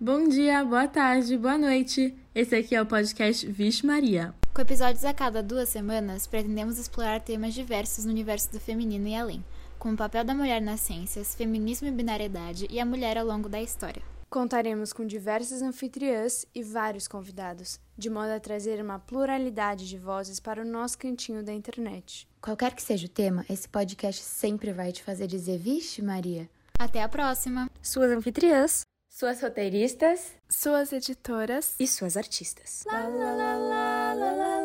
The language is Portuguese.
Bom dia, boa tarde, boa noite. Esse aqui é o podcast Vixe Maria. Com episódios a cada duas semanas, pretendemos explorar temas diversos no universo do feminino e além, como o papel da mulher nas ciências, feminismo e binariedade e a mulher ao longo da história. Contaremos com diversas anfitriãs e vários convidados, de modo a trazer uma pluralidade de vozes para o nosso cantinho da internet. Qualquer que seja o tema, esse podcast sempre vai te fazer dizer Vixe Maria. Até a próxima! Suas anfitriãs suas roteiristas, suas editoras e suas artistas. Lá, lá, lá,